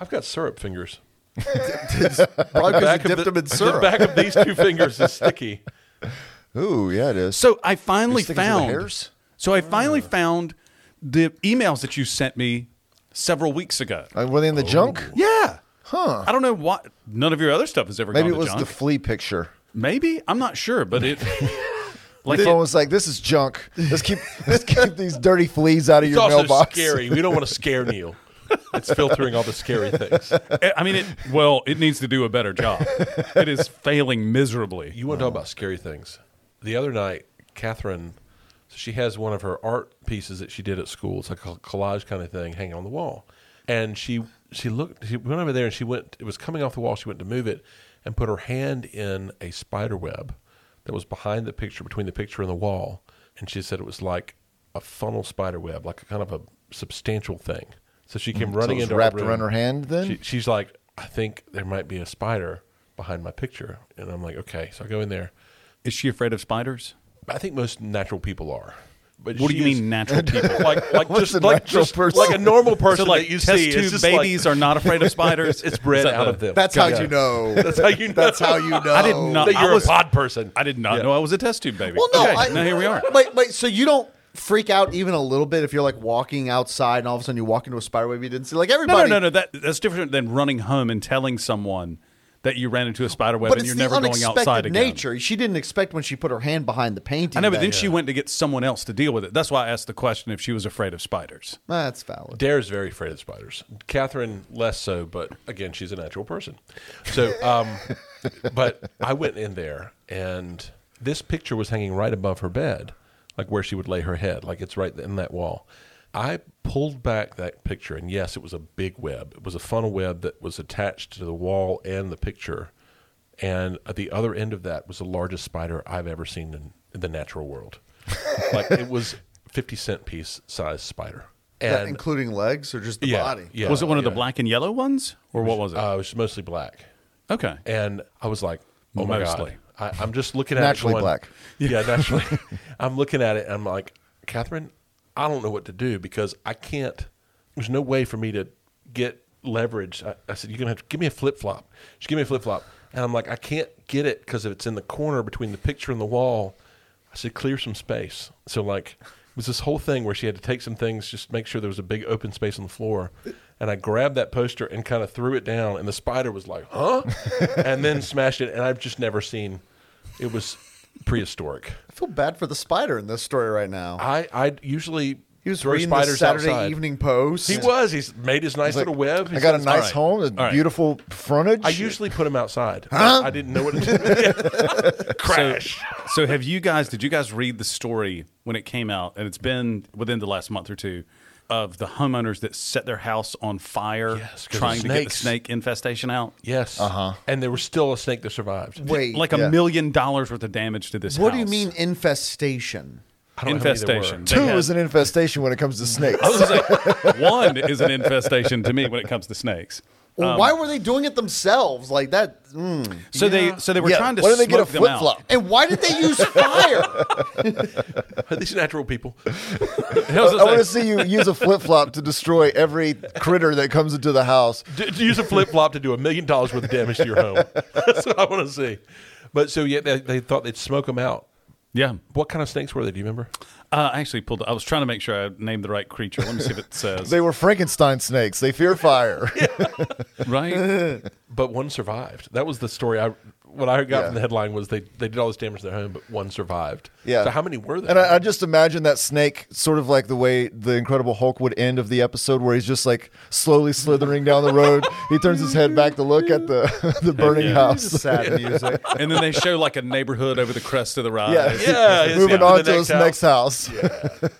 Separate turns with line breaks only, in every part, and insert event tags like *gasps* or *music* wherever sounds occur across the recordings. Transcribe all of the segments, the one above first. I've got syrup
*laughs*
fingers.
Probably 'cause
Back
you
of
dipped them in
the
syrup.
back of these
*laughs*
two fingers is sticky.
Ooh, yeah, it is.
So I finally
sticking to the
found.
hairs?
So I finally
Ah.
found the emails that you sent me several weeks ago.
Uh, were
Oh.
they in the junk?
Yeah.
Huh.
I don't know why none of your other stuff has ever
Maybe
gone
it was
to
the
junk.
flea picture.
Maybe I'm not sure, but
*laughs*
it like
the phone
it,
was like, "This is junk. Let's keep
*laughs*
let's keep these dirty fleas out of
It's
your
also
*laughs*
mailbox."
scary. We don't want to scare Neil. It's filtering all the scary things.
I mean it. Well, it needs to do a better job.
*laughs*
It is failing miserably.
You want to talk about scary things? The other night, Catherine, so she has one of her art pieces that she did at school. It's like a collage kind of thing hanging on the wall, and she she looked. She went over there and she went. It was coming off the wall. She went to move it and put her hand in a spider web that was behind the picture, between the picture and the wall. And she said it was like a funnel spider web, like a kind of a substantial thing. So she came running
it was
into
wrapped
our room.
around her hand then?
She- she's like, I think there might be a spider behind my picture. And I'm like, okay. So I go in there.
Is she afraid of spiders?
I think most natural people are. But
What do
she
you
is- *laughs*
mean, natural people?
Like,
*laughs*
like
What's
just
a
like
natural
just
person?
like a normal person
So like
that you
test
see.
tube
It's just
babies
like,
are not afraid of spiders.
it's bred
Is that
out
the-
of them.
That's how
Yeah.
*laughs*
you
*laughs*
know.
That's how you know.
That's how you know.
I did not.
that you're
I was,
a pod person.
I did not
Yeah.
know I was a test tube baby.
Well, no.
Okay,
I,
now here we are.
Wait, wait. So you don't freak out even a little bit if you're like walking outside and all of a sudden you walk into a spider web you didn't see? Like
No, no,
everybody.
no, no. That that's different than running home and telling someone that you ran into a spider web
But
and
it's
you're
the
never going
unexpected
outside again.
nature. She didn't expect when she put her hand behind the painting.
I know, but
that-
then she went to get someone else to deal with it. That's why I asked the question if she was afraid of spiders.
That's valid.
Dare's very afraid of spiders. Catherine less so, but again, she's a natural person. So, um, but I went in there, and this picture was hanging right above her bed, like where she would lay her head, like it's right in that wall. I pulled back that picture, and yes, it was a big web. It was a funnel web that was attached to the wall and the picture, and at the other end of that was the largest spider I've ever seen in, in the natural world. like it was fifty cent piece size spider.
That
And
including legs or just the
yeah,
body?
Yeah,
was it one of the
yeah.
black and yellow ones, or what was it?
Uh, it was mostly black,
okay,
and I was like, "Oh my
Mostly.
god!" I, I'm just looking at
Naturally
it going-
black.
*laughs* Yeah, naturally. I'm looking at it, and I'm like, "Catherine, I don't know what to do because I can't. There's no way for me to get leverage." I, I said, "You're gonna have to give me a flip flop." She gave me a flip flop, and I'm like, "I can't get it because it's in the corner between the picture and the wall." I said, "Clear some space." So like. It was this whole thing where she had to take some things, just make sure there was a big open space on the floor. And I grabbed that poster and kind of threw it down, and the spider was like,
*laughs*
"Huh?" and then smashed it. And I've just never seen. It was prehistoric.
I feel bad for the spider in this story right now.
I I usually
He was
throw
reading the
spiders
Saturday
outside.
Evening Post.
He was. He's made his nice
It's like,
little web.
I
He's
got a
all
nice
right.
home, a
All right.
beautiful frontage.
I usually put him outside. Huh? I didn't know what to do. *laughs* Crash.
so have you guys? Did you guys read the story when it came out? And it's been within the last month or two of the homeowners that set their house on fire,
Yes, 'cause of
trying to get the
snakes.
snake infestation out.
yes. Uh huh. And there was still a snake that survived.
Wait.
Like a
Yeah.
million dollars worth of damage to this.
What do
house.
you mean infestation?
I don't know how many there were.
infestation? They
Two
had-
is an infestation when it comes to
*laughs*
snakes.
I was gonna say, one is an infestation to me when it comes to snakes.
Well, why were they doing it themselves? Like that. mm.
So they so they were
Yeah,
trying to
why
smoke
did they get a
them out.
flip-flop?
And why did they use fire?
*laughs* These natural people.
I was
I
gonna
want to
say,
see you use a flip flop to destroy every critter that comes into the house.
D- to use a flip flop to do a million dollars worth of damage to your home. That's what I want to see. But so yeah, they, they thought they'd smoke them out.
yeah.
What kind of snakes were they? Do you remember?
Uh, I actually pulled. I was trying to make sure I named the right creature. Let me see if it *laughs* says
They were Frankenstein snakes. They
*laughs*
fear fire. *laughs*
right.
But one survived. That was the story. I what I got
Yeah.
from the headline was they, they did all this damage to their home, but one survived.
*laughs* Yeah.
So how many were there?
And I, I just imagine that snake, sort of like the way the Incredible Hulk would end of the episode, where he's just like slowly slithering down the road. He turns his head back to look at the *laughs* the burning
Yeah.
house.
Sad
*laughs*
music.
and then they show like a neighborhood over the crest of the rise. *laughs*
Yeah,
Yeah, it's
*laughs*
down
moving
to
on
the
to
next
his next house.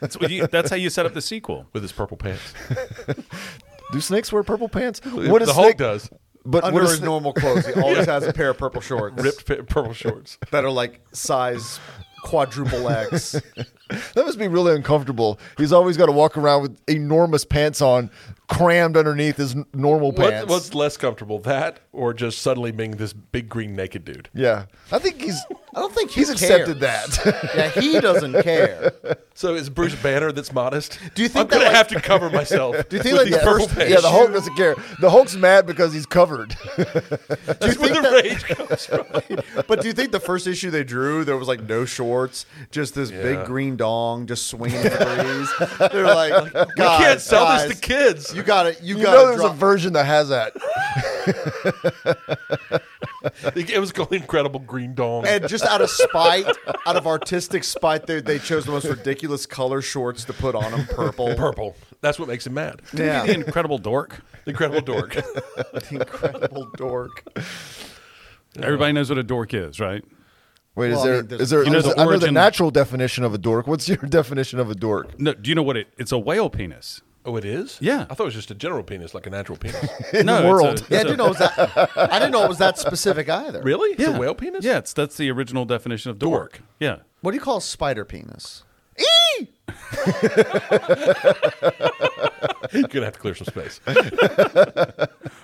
That's, what you, that's how you set up the sequel.
with his purple pants.
*laughs* Do snakes wear purple pants? *laughs* What a
the
snake
Hulk does?
But
Under
what a
his
sna-
normal clothes, he always has a pair of purple shorts
Ripped pi- purple shorts.
that are like size quadruple X.
That must be really uncomfortable. He's always got to walk around with enormous pants on, crammed underneath his n- normal *laughs* pants.
What, what's less comfortable, that or just suddenly being this big green naked dude?
yeah, I think he's.
*laughs* I don't think he
He's
*laughs*
accepted
cares.
that.
yeah, he doesn't care.
So is Bruce
*laughs*
Banner that's modest?
Do you think
I'm gonna
that, like-
have to cover myself?
Do you think,
with
like,
these
the
purple
first-
pants?
Yeah, the Hulk doesn't care. The Hulk's mad because he's covered.
That's *laughs* where the rage comes from. *laughs*
But do you think the first issue they drew, there was like no shorts, just this
Yeah.
big green dong just swinging in the breeze? They're like, God,
We can't sell
guys,
this to kids.
You got it. You,
*laughs* You
got
know,
to
there's a
drop.
version that has that.
it was called Incredible Green Dong.
and just out of spite, out of artistic spite, they, they chose the most ridiculous color shorts to put on them. Purple.
purple. That's what makes him mad.
Yeah.
*laughs* The incredible dork.
Incredible dork.
*laughs*
Incredible dork.
Everybody knows what a dork is, right?
Wait,
Well, I
is there is
mean, there's-
there?
You know
is-
the
I know the
origin-
natural definition of a dork. What's your *laughs* definition of a dork?
No, do you know what it? It's a whale penis.
Oh, it is?
Yeah.
I thought it was just a general penis, like a natural penis. *laughs*
In no,
the
it's
world.
a-
Yeah, I didn't know it was that. I didn't know it was that specific either.
really? It's
yeah.
a whale penis?
Yeah, it's that's the original definition of dork.
Dork.
Yeah.
What do you call a spider penis?
*laughs* You're going to have to clear some space. *laughs*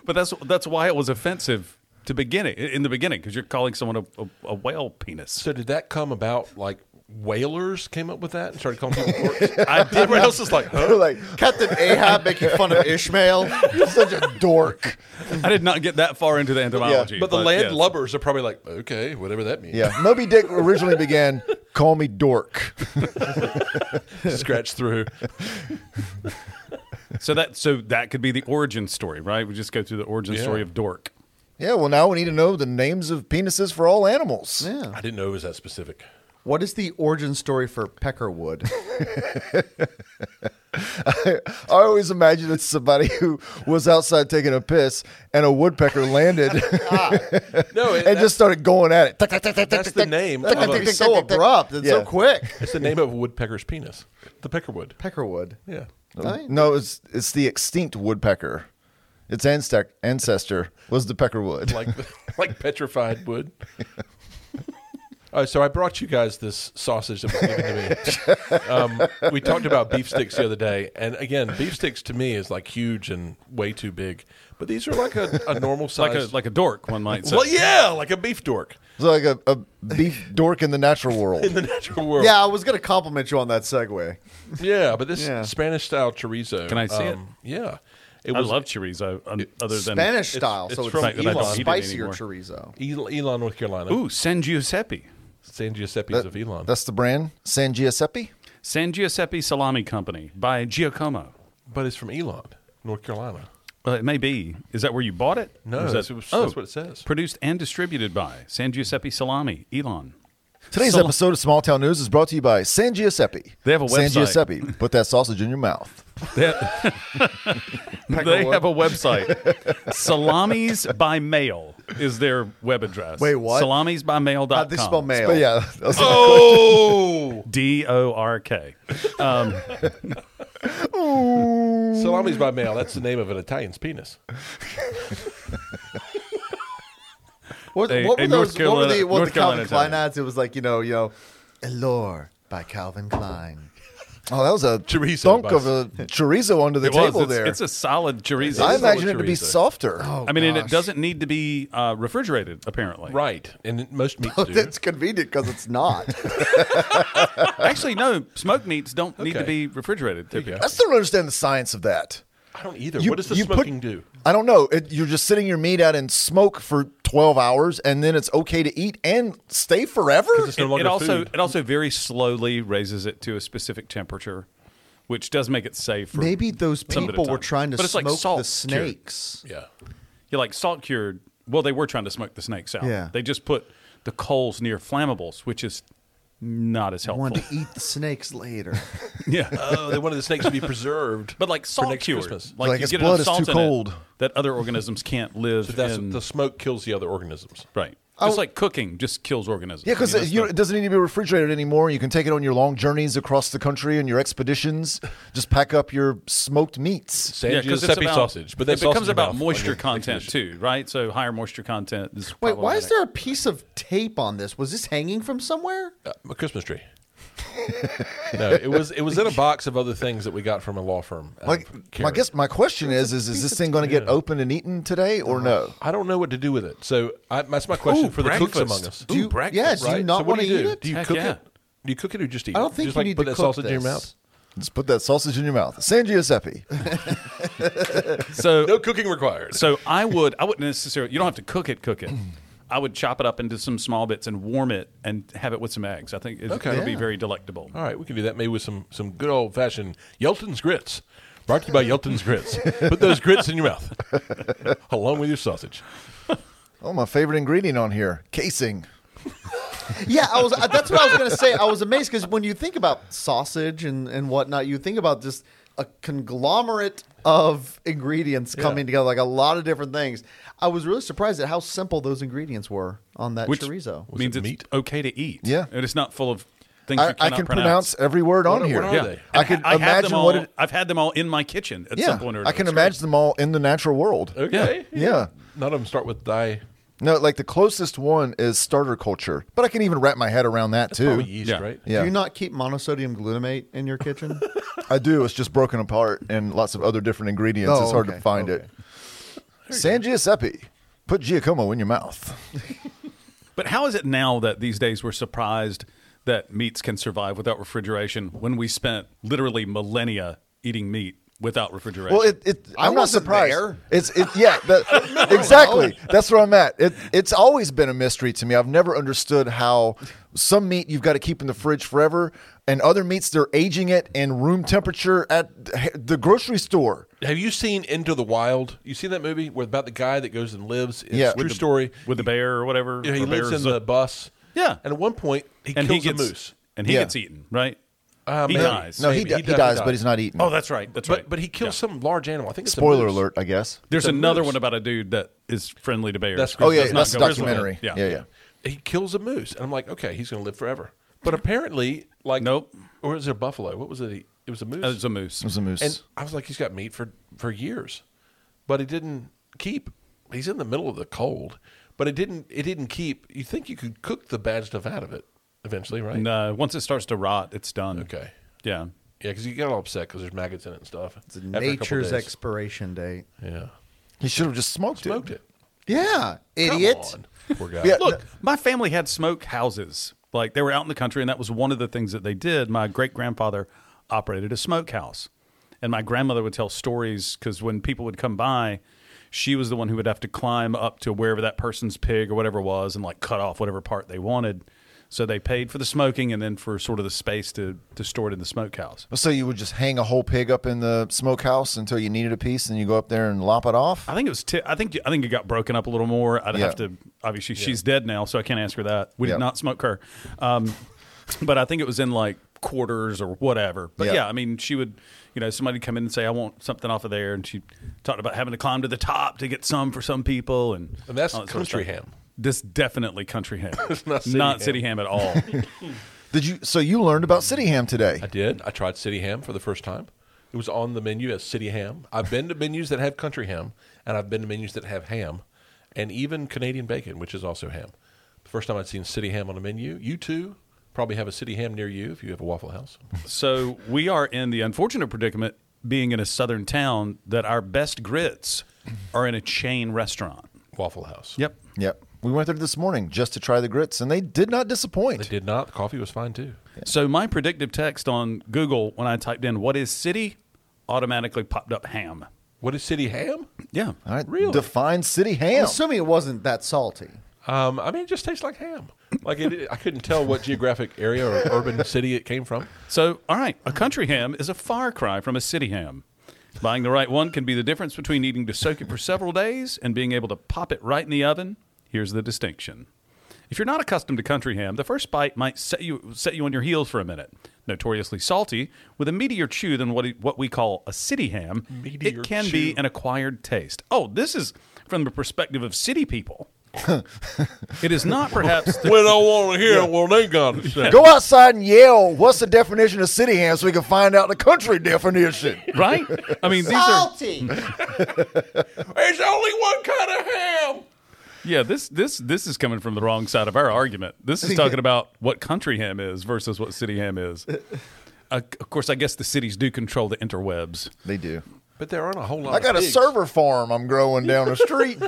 But that's that's why it was offensive to beginning in the beginning because you're calling someone a, a, a whale penis.
So did that come about like whalers came up with that and started calling people *laughs* dorks?
I did
Everyone else is like, huh?
like
Captain Ahab making fun of Ishmael.
you're such a dork.
I did not get that far into the entomology.
*laughs* But the
yeah.
landlubbers are probably like, okay, whatever that means.
Yeah, Moby Dick originally began. Call me dork.
*laughs* Scratch *laughs* through.
So that so that could be the origin story, right? We just go through the origin
Yeah.
story of dork.
Yeah, well now we need to know the names of penises for all animals.
Yeah.
I didn't know it was that specific.
What is the origin story for Peckerwood?
I always imagine it's somebody *laughs* who was outside taking a piss and a woodpecker landed
No, it,
*laughs* and just started going at it. Tuck, tuck, tuck, tuck,
that's
tuck,
the
tuck.
name.
Tick,
of
tick,
a-
tick,
It's so
tick, tick.
abrupt and so
Yeah.
quick.
*laughs* it's the name of a woodpecker's penis, the peckerwood.
*laughs* Peckerwood.
Yeah.
No, it's it's the extinct woodpecker. Its ancestor ancestor was the peckerwood.
like *laughs* like petrified wood. *laughs* All right, so I brought you guys this sausage that was
*laughs*
given to me. Um, we talked about beef sticks the other day, and again, beef sticks to me is like huge and way too big. But these are like a, a normal
*laughs* Like
size,
a like a dork, one might say.
well, yeah, like a beef dork
*laughs* It's like a, a beef dork in the natural world.
in the natural world.
Yeah, I was gonna compliment you on that segue.
yeah. But this
Yeah.
Spanish style chorizo.
Can I see it?
it? Yeah, it
I
was
love chorizo. um, other than
Spanish style,
it's
so it's
from
even
Elon.
spicier
Elon.
chorizo.
El- Elon, North Carolina.
Ooh, San Giuseppe.
San Giuseppe's of Elon.
*laughs* That's the brand San Giuseppe.
San Giuseppe Salami Company by Giacomo.
But it's from Elon, North Carolina.
Well, it may be. Is that where you bought it?
No,
Or is
that's
that- Oh.
what- that's what it says.
Produced and distributed by San Giuseppe Salami, Elon.
Today's
Sal-
episode of Small Town News is brought to you by San Giuseppe.
They have a
San
website.
Giuseppe. Put that sausage in your mouth.
They have, they have a website. *laughs* Salamis by Mail is their web address.
Wait, what?
Salamisbymail.com.
How'd they spell mail?
But yeah, that's-
Oh,
*laughs* D O R K.
salami's by mail. That's the name of an Italian's penis.
What,
A-
what
a
were
North
those? What were the, what were
Carolina-
the Calvin
North Carolina
Klein
Italian.
ads? It was like you know, you know, Allure by Calvin Klein.
oh, that was a
Chorizo
thunk
bus.
of a chorizo under the
It was.
table
It's,
there.
it's a solid chorizo. Oh,
I
It's a
imagine it to be
chorizo.
softer.
I mean, and it
gosh.
doesn't need to be uh, refrigerated, apparently.
Right, and most meats
Oh,
do.
*laughs* That's convenient because it's not.
*laughs* Actually, no, smoked meats don't need to
Okay.
be refrigerated. Typically.
I still don't understand the science of that.
I don't either.
You-
what does the
you put-
smoking do?
I don't know. It, you're just sitting your meat out in smoke for 12 hours, and then it's okay to eat and stay forever.
It's no
it,
longer
it also
food.
it also very slowly raises it to a specific temperature, which does make it safe. For
Maybe those
some bit of
people were
time.
trying to
But it's like
smoke
salt
the
cured.
snakes.
Yeah,
Yeah, like salt cured. Well, they were trying to smoke the snakes out.
Yeah.
They just put the coals near flammables, which is not as helpful.
Wanted to eat the snakes later.
*laughs* yeah.
oh, they wanted the snakes to
*laughs*
be preserved.
But like salt
next
cured,
Christmas.
like,
Like
you
its
get enough
blood is
salt
too
in it
cold.
that other organisms can't live.
that's
in,
the smoke kills the other organisms.
right.
Oh.
Just like cooking, just kills organisms.
yeah, because
I mean,
it, you-
that's
it doesn't need to be refrigerated anymore. You can take it on your long journeys across the country and
*laughs*
your expeditions. Just pack up your smoked meats.
San
the- yeah, 'cause it's
Giuseppe
about-
sausage, but
it
that's
becomes about moisture content too, right? So higher moisture content is
Wait, why is
problematic. Uh,
there a piece of tape on this? Was this hanging from somewhere?
Uh, a Christmas tree. *laughs* No, it was it was in a box of other things that we got from a law firm. out
Like,
of
I
Cary.
guess my question is: Is is this thing going to get opened and eaten today or no?
I don't know what to do with it. So I, that's my question for the cooks among us.
Do you- yeah, do you
Right?
not
so what
want
do
to
you
eat
do?
it?
Do you
Heck
cook
yeah.
it? Do you cook it or just eat?
I
it?
don't think
just
you
like
need
put
to
that
cook
sausage in your
this.
mouth.
Just put that sausage in your mouth.
*laughs*
San Giuseppe.
So
No cooking required.
So I would, I wouldn't necessarily. You don't have to cook it, cook it. I would chop it up into some small bits and warm it and have it with some eggs. I think it
Okay.
would be
Yeah.
very delectable.
All right, we can do that maybe with some some good old fashioned Yelton's grits. Brought to you by Yelton's grits. Put those grits in your mouth, *laughs* along with your sausage.
Oh, my favorite ingredient on here: casing.
Yeah, I was. uh, That's what I was gonna say. I was amazed because when you think about sausage and and whatnot, you think about just a conglomerate of ingredients coming together, like a lot of different things. I was really surprised at how simple those ingredients were on that
Which
chorizo.
Was
means
it
it's
meat?
okay to eat.
Yeah.
and it's not full of things you
I, I
cannot
can
pronounce.
pronounce every word on
What-
here.
what are
yeah,
they?
I could
And have
imagine
them all,
what it-
I've had them all in my kitchen at some
Yeah,
point or
I can
another.
imagine them all in the natural world.
Okay.
Yeah.
None of them start with thy.
No, like the closest one is starter culture, but I can even wrap my head around that too.
Probably yeast,
Yeah.
right?
Yeah,
Do you not keep monosodium glutamate in your
*laughs*
kitchen?
I do. It's just broken apart and lots of other different ingredients.
Oh,
it's hard
okay,
to find
okay.
it. San Giuseppe, put Giacomo in your mouth.
But how is it now that these days we're surprised that meats can survive without refrigeration when we spent literally millennia eating meat without refrigeration?
Well, it, it
I
I'm not
wasn't
surprised.
there.
It's it yeah, that, exactly. That's where I'm at. It it's always been a mystery to me. I've never understood how some meat you've got to keep in the fridge forever, and other meats they're aging it in room temperature at the grocery store.
Have you seen Into the Wild? You seen that movie where about the guy that goes and lives? It's
Yeah.
a true
With the-
story.
with the bear or whatever.
Yeah, he
or
lives in
bears.
the bus.
Yeah.
And at one point, he
and
kills
he gets
a moose.
and he
Yeah.
gets eaten, right?
Uh,
he
maybe.
dies.
No, he,
Maybe.
di-
He
he,
does-
dies,
he
but
dies.
he's not eating.
Oh, that's right. That's
But
right.
but he kills
Yeah.
some large animal. I think it's a
Spoiler
moose.
alert, I guess.
There's
a
another
moose.
one about a dude that is friendly to bears.
That's
Oh yeah,
Does not
that's a
go grizzly
documentary.
Yeah.
Yeah, yeah.
He kills a moose, and I'm like, okay, he's going to live forever. But apparently, like,
Nope.
Or is it a buffalo? What was it? He- It was a moose.
That was a moose.
It was a moose.
and I was like, he's got meat for for years, but it didn't keep. He's in the middle of the cold, but it didn't. It didn't keep. You think you could cook the bad stuff out of it eventually, right?
And, uh, once it starts to rot, it's done.
Okay.
Yeah.
Yeah, because you get all upset because there's maggots in it and stuff. It's
Nature's expiration date.
Yeah.
he should have just smoked,
Smoked it.
Yeah,
Come
idiot.
on, Poor guy.
Yeah.
Look, my family had smoke houses. Like they were out in the country, and that was one of the things that they did. My great grandfather operated a smokehouse, and my grandmother would tell stories because when people would come by, she was the one who would have to climb up to wherever that person's pig or whatever was, and like cut off whatever part they wanted. So they paid for the smoking and then for sort of the space to to store it in the smokehouse.
So you would just hang a whole pig up in the smokehouse until you needed a piece, and you go up there and lop it off.
I think it was. Ti- I think. I think it got broken up a little more. I'd
Yeah.
have to. Obviously, she's dead now, so I can't ask her that. We
Yeah.
did not smoke her, um, but I think it was in like quarters or whatever. But
Yeah.
yeah. I mean, she would. You know, somebody come in and say, "I want something off of there," and she talked about having to climb to the top to get some for some people, and,
And that's
all that sort of
country
stuff.
ham.
This definitely
*laughs*
country ham.
not city ham.
city ham at all.
Did you? So you learned about city ham today.
I did. I tried city ham for the first time. It was on the menu as city ham. I've been to menus that have country ham, and I've been to menus that have ham, and even Canadian bacon, which is also ham. The first time I'd seen city ham on a menu. You too probably have a city ham near you if you have a Waffle House.
so we are in the unfortunate predicament being in a southern town that our best grits are in a chain restaurant.
Waffle House.
Yep.
Yep. We went there this morning just to try the grits, and they did not
They
disappoint.
did not. The coffee was fine too.
So my predictive text on Google when I typed in what is city automatically popped up ham.
What is city ham?
Yeah.
All right.
Really?
Define city
I'm
ham.
assuming it wasn't that salty.
Um, I mean, it just tastes like ham. Like it, I couldn't tell what geographic area or urban city it came from.
So all right, a country ham is a far cry from a city ham. Buying the right one can be the difference between needing to soak it for several days and being able to pop it right in the oven. Here's the distinction. If you're not accustomed to country ham, the first bite might set you set you on your heels for a minute. Notoriously salty, with a meatier chew than what what we call a city ham,
Meatier
it can
chew.
be an acquired taste. Oh, this is from the perspective of
*laughs*
city people. it is not perhaps the,
When I want to hear it, well, they got *laughs* to say.
Go outside and yell, what's the definition of city ham so we can find out the country definition?
right. I mean, these are
There's only one kind of ham.
Yeah, this this this is coming from the wrong side of our argument. This
*laughs*
is talking about what country ham is versus what city ham is. Uh, of course, I guess the cities do control the interwebs.
They do.
But there aren't a whole lot.
I got
of
a
Oh, pigs.
server farm I'm growing down
*laughs*
the street.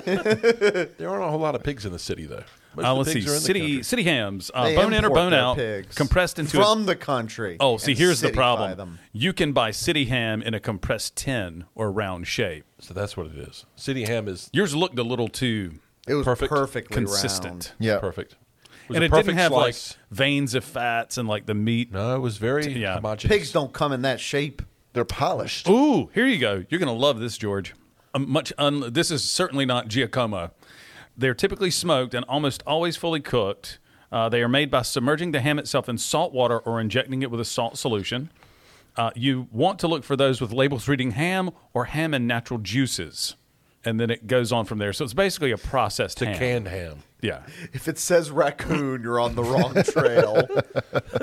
There aren't a whole lot of pigs in the city though. Most of
Uh,
the
let's see,
pigs are in the
city
country.
city hams, uh,
They
bone in or
import
bone
their
out,
pigs
compressed into
from
a,
the country.
Oh, see,
and
here's the
citify
problem.
them.
You can buy city ham in a compressed tin or round shape.
So that's what it is. City ham is
Yours looked a little too
It was
Perfect.
perfectly
consistent,
Yeah.
perfect. It was
and
a
it
perfect
didn't have
slice.
like veins of fats and like the meat.
No, it was very
Yeah.
homogeneous.
round. Pigs don't come in that shape.
They're polished.
Ooh, here you go. You're gonna love this, George. A much un- this is certainly not Giacomo. They're typically smoked and almost always fully cooked. Uh, they are made by submerging the ham itself in salt water or injecting it with a salt solution. Uh, you want to look for those with labels reading ham or ham and natural juices, and then it goes on from there. So it's basically a processed
to
ham.
canned ham.
Yeah,
If it says raccoon, you're on the wrong
*laughs*
trail.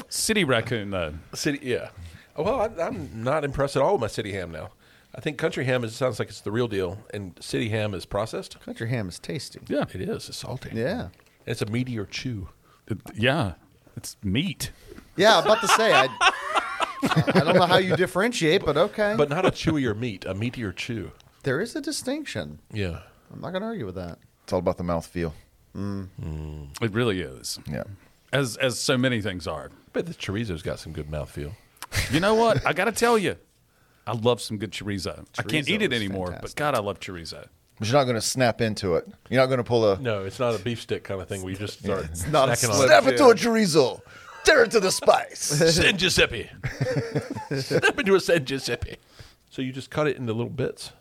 city raccoon though.
City, yeah. Oh, Well, I, I'm not impressed at all with my city ham now. I think country ham is, sounds like it's the real deal, and city ham is processed.
Country ham is tasty.
Yeah,
It is. It's salty.
Yeah.
It's a meatier chew.
yeah, it's meat.
Yeah, I'm about to say I. I don't know how you differentiate, but okay.
But not a chewier meat, a meatier chew.
there is a distinction.
Yeah.
I'm not going to argue with that.
It's all about the mouthfeel.
It really is,
Yeah.
as as so many things are.
But the chorizo's got some good mouthfeel.
You know what? I got to tell you, I love some good chorizo. I can't
Chorizo
eat it
is
anymore,
fantastic.
but God, I love chorizo.
But you're not going to snap into it. You're not going to pull a
No, it's not a beef stick kind of thing where you just start
not a
snacking on
slip.
it.
snap into a chorizo, tear it to the spice.
San Giuseppe. Step into a San Giuseppe. So you just cut it into little bits.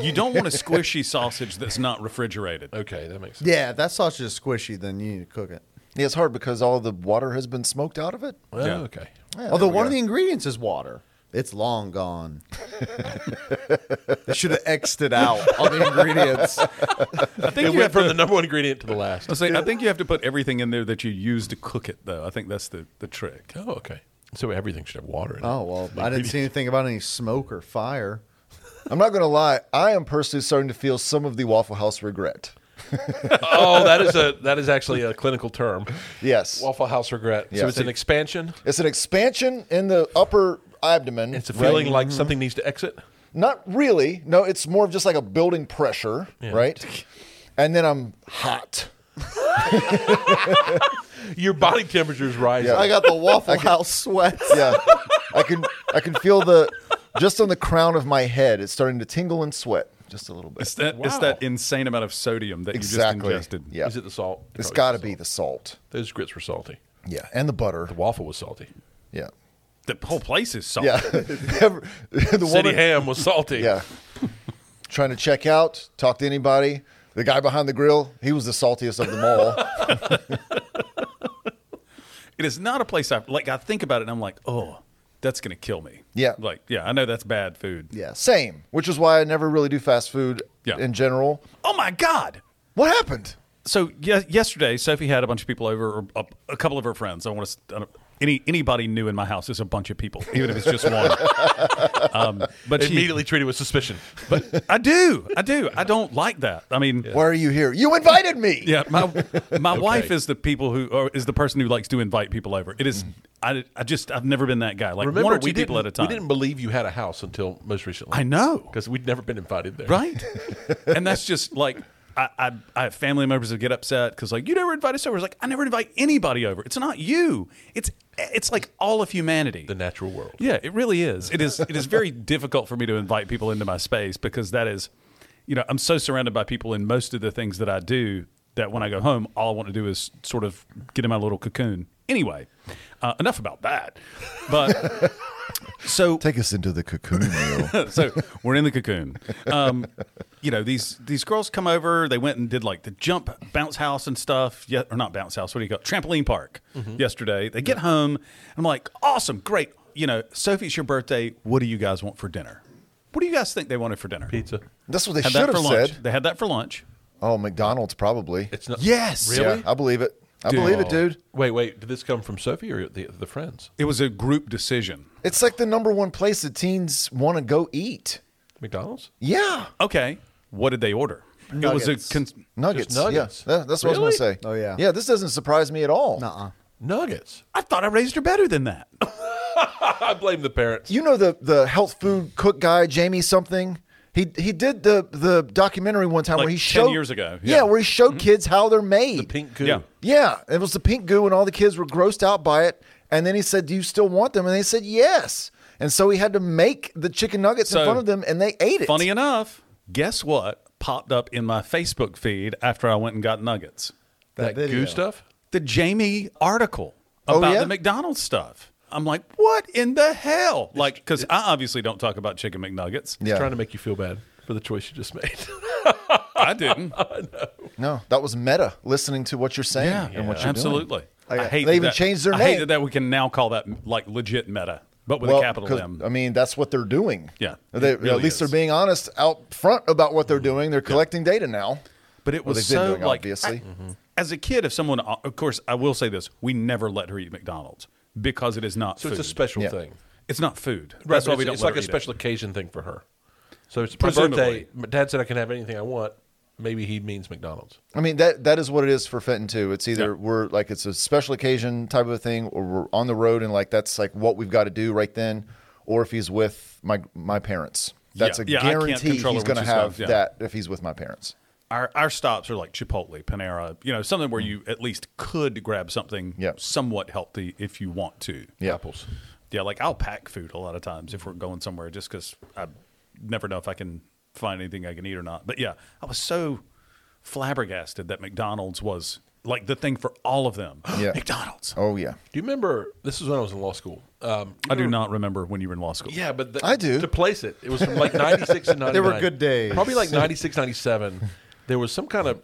You don't want a *laughs* squishy sausage that's not *laughs* refrigerated.
Okay, that makes sense.
Yeah, if that sausage is squishy, then you need to cook it.
Yeah, it's hard because all the water has been smoked out of it.
Well,
Yeah.
okay.
Yeah,
Although
there we
one of
go.
the ingredients is water. It's long gone. *laughs* they should have X'd it out on the ingredients.
I think
It
you
went
have
from
to. Oh,
the number one ingredient to the last.
I say, I think you have to put everything in there that you use to cook it, though. I think that's the, the trick.
Oh, okay. So everything should have water in it.
*laughs* Oh, well, I didn't see anything about any smoke or fire.
I'm not going to lie. I am personally starting to feel some of the Waffle House regret.
oh, that is a that is actually a clinical term.
Yes,
Waffle House regret.
Yeah.
So it's an expansion.
it's an expansion in the upper abdomen.
It's a
right?
feeling like something needs to exit.
Not really. No, it's more of just like a building pressure, right? And then I'm hot.
Your body temperature is rising.
Yeah.
I
*laughs*
got the Waffle House sweats.
Yeah, I can I can feel the just on the crown of my head. It's starting to tingle and sweat just a little bit.
It's that, it's
Wow.
that insane amount of sodium that
exactly.
you just ingested.
Yeah,
Is it the salt?
it's
Probably
got to
the
be
salt.
the salt.
Those grits were salty.
Yeah, and the butter.
The waffle was salty.
Yeah,
The whole place is salt. *laughs*
yeah. *laughs* Every- the
City
woman-
ham was salty.
*laughs* Yeah. Trying to check out, talk to anybody. The guy behind the grill, he was the saltiest of them
*laughs*
all.
It is not a place I like. I think about it and I'm like, oh, that's going to kill me.
Yeah.
Like, yeah, I know that's bad food.
Yes.
Same, which is why I never really do fast food
Yeah.
in general.
Oh, my God.
What happened?
so ye- yesterday sophie had a bunch of people over or a, a couple of her friends i want to any anybody new in my house is a bunch of people even if it's just one
*laughs*
um, but she-
Immediately treated with suspicion.
but i do i do i don't like that i mean
Why are you here? You invited me.
yeah, my
*laughs*
my wife is the people who or is the person who likes to invite people over. It is I, I just I've never been that guy.
*laughs*
Like
Mm-hmm. Remember,
one or
we
two people at
didn't-
a time.
We didn't believe you had a house until most recently.
I know.
because we'd never been invited there.
right? and that's just like I, I, I have family members that get upset because like you never invite us over. It's like I never invite anybody over. It's not you. It's it's like all of humanity.
The natural world.
yeah, it really is. It is it is very difficult for me to invite people into my space because that is, you know, I'm so surrounded by people in most of the things that I do that when I go home, all I want to do is sort of get in my little cocoon. Anyway, uh, enough about that. But so
Take us into the
*laughs*
cocoon meal.
so we're in the cocoon. Um, you know these these girls come over. They went and did like the jump bounce house and stuff. Yeah, or not bounce house. What do you call it? trampoline park? Yesterday they get home. I'm like, awesome, great. You know, Sophie, it's your birthday. What do you guys want for dinner? What do you guys think they wanted for dinner?
Pizza.
That's what they
Had
should
that for
have
lunch.
said.
They had that for lunch.
Oh, McDonald's probably.
It's not.
Yes.
Really? Oh.
Yeah, I believe it. I
Dude.
believe it, dude.
Wait, wait. Did this come from Sophie or the the friends?
It was a group decision.
It's like the number one place that teens want to go eat.
McDonald's.
Yeah.
Okay, what did they order? It was
Nuggets.
a con-
Nuggets.
nuggets.
Yeah, that- that's what I was going
Really?
to say.
Oh, yeah.
Yeah, this doesn't surprise me at all.
Nuh-uh.
Nuggets.
I thought I raised her better than that.
*laughs* I blame the parents.
You know the the health food cook guy, Jamie something. He he did the the documentary one time
Like
where he
10
showed
years ago,
Yeah,
yeah. Mm-hmm.
where he showed kids how they're made.
The pink goo.
Yeah.
Yeah, it was the pink goo, and all the kids were grossed out by it. And then he said, "Do you still want them?" And they said, "Yes." And so he had to make the chicken nuggets in
So,
front of them, and they ate it.
Funny enough, guess what popped up in my Facebook feed after I went and got nuggets?
That,
video.
goo stuff.
The Jamie article
Oh,
about
yeah?
the McDonald's stuff. I'm like, what in the hell? Like, because I obviously don't talk about chicken McNuggets.
Yeah.
Trying to make you feel bad for the choice you *laughs* just made.
*laughs* I didn't.
No, that was meta. Listening to what you're saying and what you're doing.
absolutely. I,
I-
hate
they
that
even
that-
changed their
I hate
name.
that, that we can now call that like legit meta, but with
Well,
a capital
'cause,
M.
I mean, that's what they're doing.
Yeah,
They,
it really
at least
is. Mm-hmm.
they're being honest out front about what they're doing. They're collecting data now.
But it
Well,
was
they've been
so
doing it,
like
obviously.
I- as a kid, if someone, of course, I will say this: we never let her eat McDonald's because it is not.
So
food.
it's a special
Yeah.
thing.
It's not food.
Right,
That's
but
why
it's,
we don't.
It's
let
like
her
a
eat it.
special occasion thing for her. So it's my
Presumably.
birthday. My dad said I can have anything I want. Maybe he means McDonald's.
I mean that that is what it is for Fenton too. It's either
Yeah.
we're like it's a special occasion type of thing, or we're on the road and like that's like what we've got to do right then, or if he's with my my parents, that's
Yeah.
a
Yeah, I can't
guarantee he's
control her
going
when
to
she's
have
gone, uh, yeah.
that if he's with my parents.
Our our stops are like Chipotle, Panera, you know, something where you at least could grab something
Mm. Yeah.
somewhat healthy if you want to.
Yeah.
Apples.
Yeah, like I'll pack food a lot of times if we're going somewhere just because I never know if I can find anything I can eat or not. But yeah, I was so flabbergasted that McDonald's was like the thing for all of them.
Yeah.
*gasps* McDonald's.
Oh yeah,
Do you remember? This is when I was in law school. Um,
I do not remember when you were in law school.
yeah, but the,
I do.
To place it, it was from like 96
*laughs*
and 99.
They were good days.
Probably like 96, 97. There was some kind of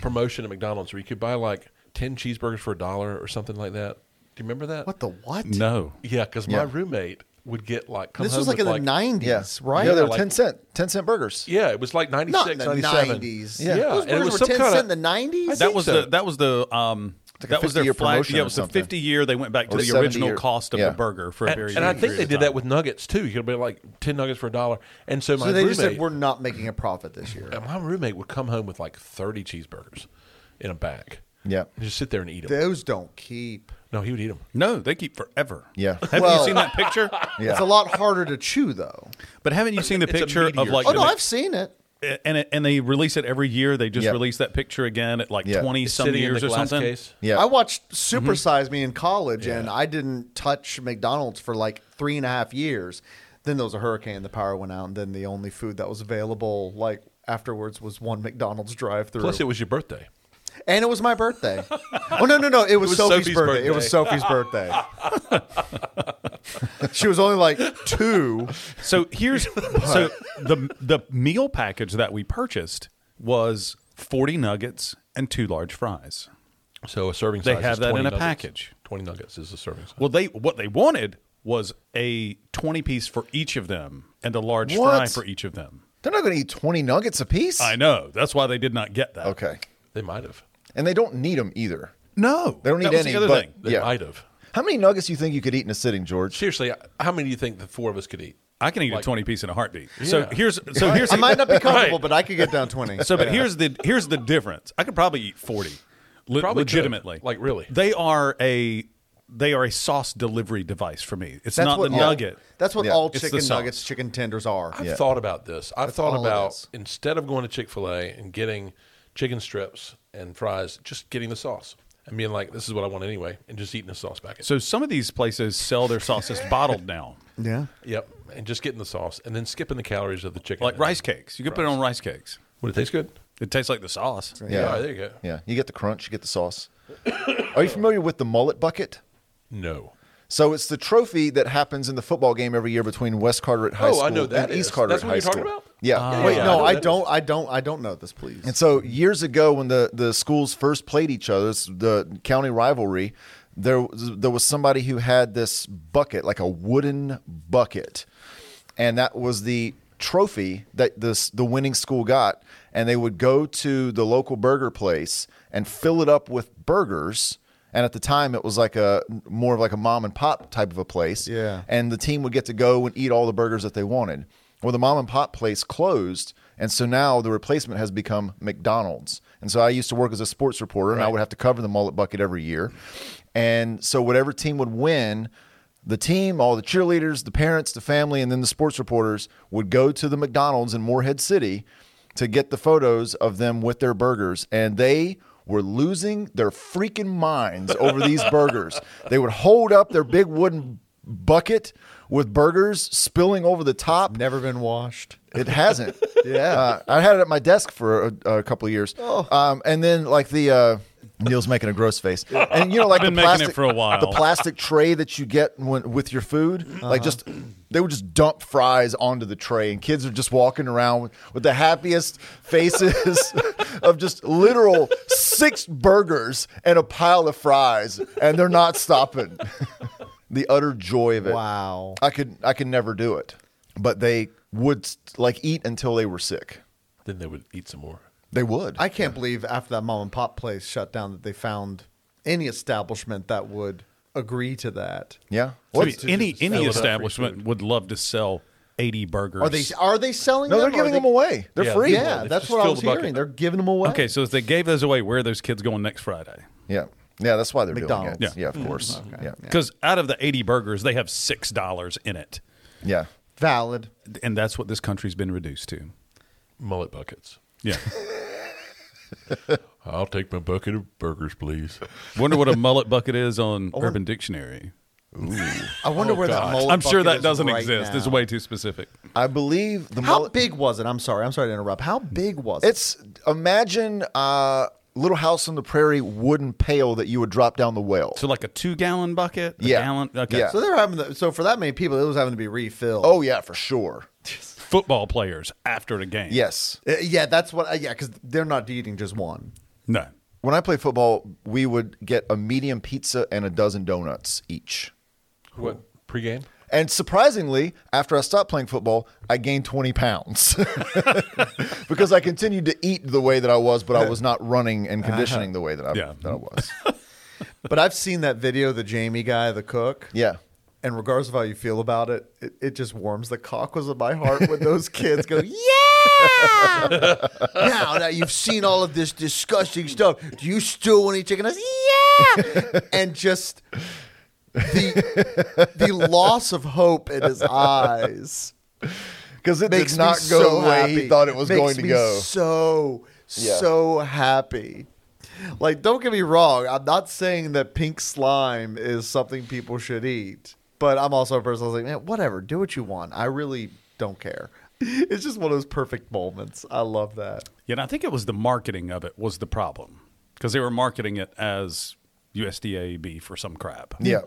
promotion at McDonald's where you could buy like 10 cheeseburgers for a dollar or something like that. Do you remember that?
What the what?
No.
*laughs* Yeah, because
Yeah.
my roommate would get like come
This
home
was like in
with,
the
like
90s,
yeah,
right?
Yeah, they're
like-
ten cent ten cent burgers.
Yeah, it was like 96,
Not in the
97.
90s.
Yeah,
Those
and it was
burgers were
some
10
kinda-
cent in the 90s?
I
That
think
was
so.
the that was the um
like a
that was their
50-year
flag.
promotion
Yeah,
or
it was the
something.
50 year. They went back to
Or
the
70
original
year-
cost of
yeah.
the burger for a
And,
very.
and I
brief
think they
period
did
of
that
time.
with nuggets too. You could be like ten nuggets for a dollar. And so my
So they
roommate,
just said we're not making a profit this year.
my roommate would come home with like thirty cheeseburgers in a bag.
Yeah.
and just sit there and eat them.
Those don't keep.
No, he would eat them.
No, they keep forever.
Yeah.
Have
Well-
you seen that
*laughs*
picture?
Yeah.
It's a lot harder to chew though.
But haven't you seen the
It's a
picture of
meteor.
like
Oh
the
no,
Mc-
I've seen it.
and it, and they release it every year. They just
Yeah.
release that picture again at like
Yeah.
twenty
It's
some
sitting in
years
the
or
glass
something.
case.
Yeah.
I watched Super Size Me in college, and I didn't touch McDonald's for like three and a half years. Then there was a hurricane, the power went out, and then the only food that was available like afterwards was one McDonald's drive-through.
Plus, it was your birthday.
and it was my birthday. oh no, no, no! It was,
was
Sophie's,
Sophie's
birthday. It was
birthday.
Sophie's birthday. she was only
*laughs*
like two.
So
*laughs*
here's so the the meal package that we purchased was forty nuggets and two large fries.
So a serving
They
size.
have
is
that
20
in a
nuggets.
package.
Twenty nuggets is a serving size.
Well, they what they wanted was a twenty piece for each of them and a large
What?
fry for each of them.
They're not going to eat twenty nuggets apiece.
I know that's why they did not get that.
Okay,
They might have.
and they don't need them either.
No,
They don't need
that was
any.
The other
but
thing.
They
yeah.
might have.
How many nuggets do you think you could eat in a sitting, George?
Seriously, how many do you think the four of us could eat?
I can eat a twenty piece in a heartbeat. So here's so here's
I might
*laughs*
not be comfortable,
Right.
but I could get down twenty.
So, but here's the here's the difference. I could probably eat forty, le-
Probably could.
legitimately.
Like, really.
they are a they are a sauce delivery device for me. It's not the
all-
nugget.
That's what
Yeah.
all
It's the
chicken
sauce.
nuggets, chicken tenders are.
I've thought about this. I've thought
all it
about
is.
instead of going to Chick fil A and getting chicken strips and fries, just getting the sauce and being like, this is what I want anyway, and just eating the sauce packet.
So some of these places sell
*laughs*
their sauces bottled now,
Yeah.
yep. And just getting the sauce and then skipping the calories of the chicken.
like rice cakes. You can put it on rice cakes.
Would it taste good?
It tastes like the sauce.
Yeah, there you go.
Yeah, you get the crunch, you get the sauce. *coughs* Are you familiar with the mullet bucket?
No.
So it's the trophy that happens in the football game every year between West Carteret High
Oh, I
School
know that
and
is.
East Carteret
That's what
High
you're talking
School.
about?
Yeah.
Wait,
yeah,
no,
I know
I
that
don't. I don't. I don't know this. Please.
And so years ago, when the, the schools first played each other, it's the county rivalry, there was- there was somebody who had this bucket, like a wooden bucket, and that was the trophy that this the winning school got. And they would go to the local burger place and fill it up with burgers. And at the time, it was like a more of like a mom and pop type of a place.
Yeah.
And the team would get to go and eat all the burgers that they wanted. Well, the mom and pop place closed, and so now the replacement has become McDonald's. And so I used to work as a sports reporter, and I would have to cover the mullet bucket every year. And so whatever team would win, the team, all the cheerleaders, the parents, the family, and then the sports reporters would go to the McDonald's in Moorhead City to get the photos of them with their burgers. And they were losing their freaking minds over these burgers. They would hold up their big wooden bucket with burgers spilling over the top.
Never been washed.
It hasn't. yeah, uh, I had it at my desk for a, a couple of years. Um, and then like the uh, Neil's making a gross face, and you know like
I've been
the
making it
plastic,
for a while.
The plastic tray that you get when, with your food, like just they would just dump fries onto the tray, and kids are just walking around with, with the happiest faces *laughs* of just literal six burgers and a pile of fries, and they're not stopping. *laughs* the utter joy of it.
Wow.
I could I could never do it. But they would like eat until they were sick.
Then they would eat some more.
They would.
I can't believe after that mom and pop place shut down that they found any establishment that would agree to that.
yeah.
I
What?
mean, any any
without free
establishment would love to sell eighty burgers.
Are they are they selling?
No,
them?
they're
Are
giving
they-
them away. They're
Yeah.
free.
Yeah,
It's
that's
just
what I
fill
was
the bucket.
hearing. They're giving them away.
Okay, so if they gave those away, where are those kids going next Friday?
Yeah. Yeah, that's why they're
McDonald's.
doing it.
Yeah.
Yeah, of Mm-hmm. course.
Mm-hmm.
Yeah. yeah.
Because out of the eighty burgers, they have six dollars in it,
valid.
and that's what this country's been reduced to.
Mullet buckets.
Yeah.
I'll take my bucket of burgers, please.
*laughs* Wonder what a mullet bucket is on Urban Dictionary.
I wonder where that
God.
mullet
I'm sure
bucket
that
is
doesn't
right
exist. It's
now.
way too specific.
I believe the
How
mullet-
big was it? I'm sorry. I'm sorry to interrupt. How big was it?
It's imagine uh little house on the prairie wooden pail that you would drop down the well.
So like a two gallon bucket. A
Yeah.
Gallon, okay.
Yeah.
So they're having the, so for that many people, it was having to be refilled.
oh yeah, for sure.
Football players after the game.
Yes.
Uh, yeah, that's what. Uh, yeah, because they're not eating just
*laughs*
one.
No.
When I played football, we would get a medium pizza and a dozen donuts each.
What pregame?
And surprisingly, after I stopped playing football, I gained 20 pounds *laughs* because I continued to eat the way that I was, but I was not running
Uh-huh.
and conditioning the way that I,
Yeah.
that I was.
But I've seen that video, of the Jamie guy, the cook. *laughs*
Yeah.
And regardless of how you feel about it, it, it just warms the cockles of my heart when
*laughs*
those kids go, "Yeah!" now that you've seen all of this disgusting stuff, do you still want to eat chicken? I said,
*laughs*
"Yeah!" and just the the loss of hope in his eyes.
Because it
makes
did not
me
go
so
the way
happy.
he thought it was
Makes
going to
me
go.
So
Yeah.
so happy. Like, don't get me wrong. I'm not saying that pink slime is something people should eat, but I'm also a person that's like, man, whatever, do what you want. I really don't care. *laughs* It's just one of those perfect moments. I love that.
Yeah, and I think it was the marketing of it was the problem because they were marketing it as USDA beef or some crap.
Yeah.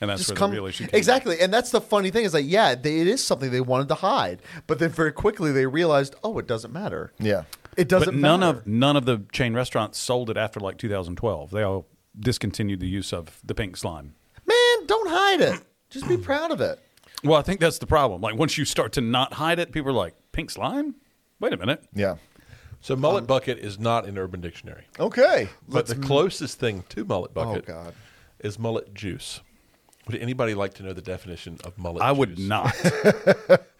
and that's
Just
where
come
the real issue. Came
exactly, and that's the funny thing is like, yeah, they, it is something they wanted to hide, but then very quickly they realized, oh, it doesn't matter.
Yeah.
it doesn't.
But none
matter.
of none of the chain restaurants sold it after like 2012. They all discontinued the use of the pink slime.
man, don't hide it. Just be proud of it.
Well, I think that's the problem. Like once you start to not hide it, people are like, "Pink slime? Wait a minute."
Yeah.
So mullet bucket is not in Urban Dictionary,
Okay.
but the closest thing to mullet bucket
God.
is mullet juice. Would anybody like to know the definition of mullet?
I would
juice?
not.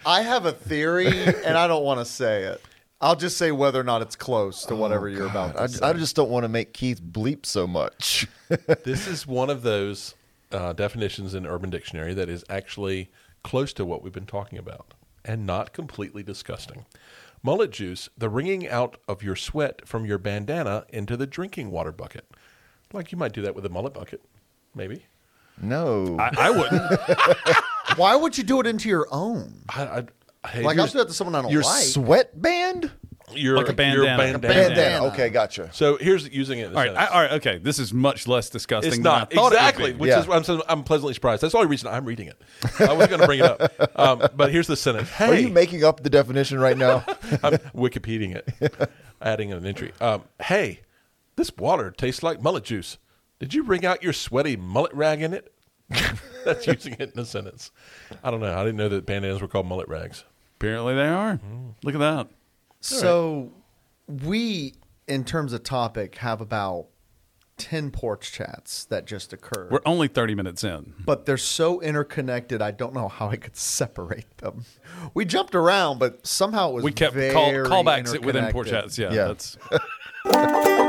I have a theory, and I don't want to say it. I'll just say whether or not it's close to whatever you're about. To
I,
say.
I just don't want to make Keith bleep so much.
this is one of those uh, definitions in Urban Dictionary that is actually close to what we've been talking about and not completely disgusting. Mullet juice, the wringing out of your sweat from your bandana into the drinking water bucket. Like you might do that with a mullet bucket, maybe.
No.
I, I *laughs* wouldn't.
*laughs* Why would you do it into your own?
I, I, hey,
Like I'll
here's
do that to someone I don't
Your
like.
sweatband?
your,
Like a
your
bandana. Like a
bandana.
Bandana.
Bandana.
Okay, gotcha.
So here's using it. In a
All right, I,
sentence.
all right, okay. This is much less disgusting.
It's
than
not
I thought it would
exactly,
be.
which
Yeah.
is why I'm, so- I'm pleasantly surprised. That's the only reason I'm reading it. I was going to bring it up, um, but here's the sentence. Hey,
Are you making up the definition
*laughs*
right now?
*laughs* I'm Wikipediaing it, adding an entry. Um, hey, this water tastes like mullet juice. Did you wring out your sweaty mullet rag in it? *laughs* That's using it in a sentence. I don't know. I didn't know that bandanas were called mullet rags.
Apparently they are. Look at that.
so we, in terms of topic, have about ten porch chats that just occurred.
We're only 30 minutes in.
but they're so interconnected. I don't know how I could separate them. We jumped around, but somehow it was
We kept
very
call, callbacks within porch
interconnected.
chats. Yeah,
Yeah.
that's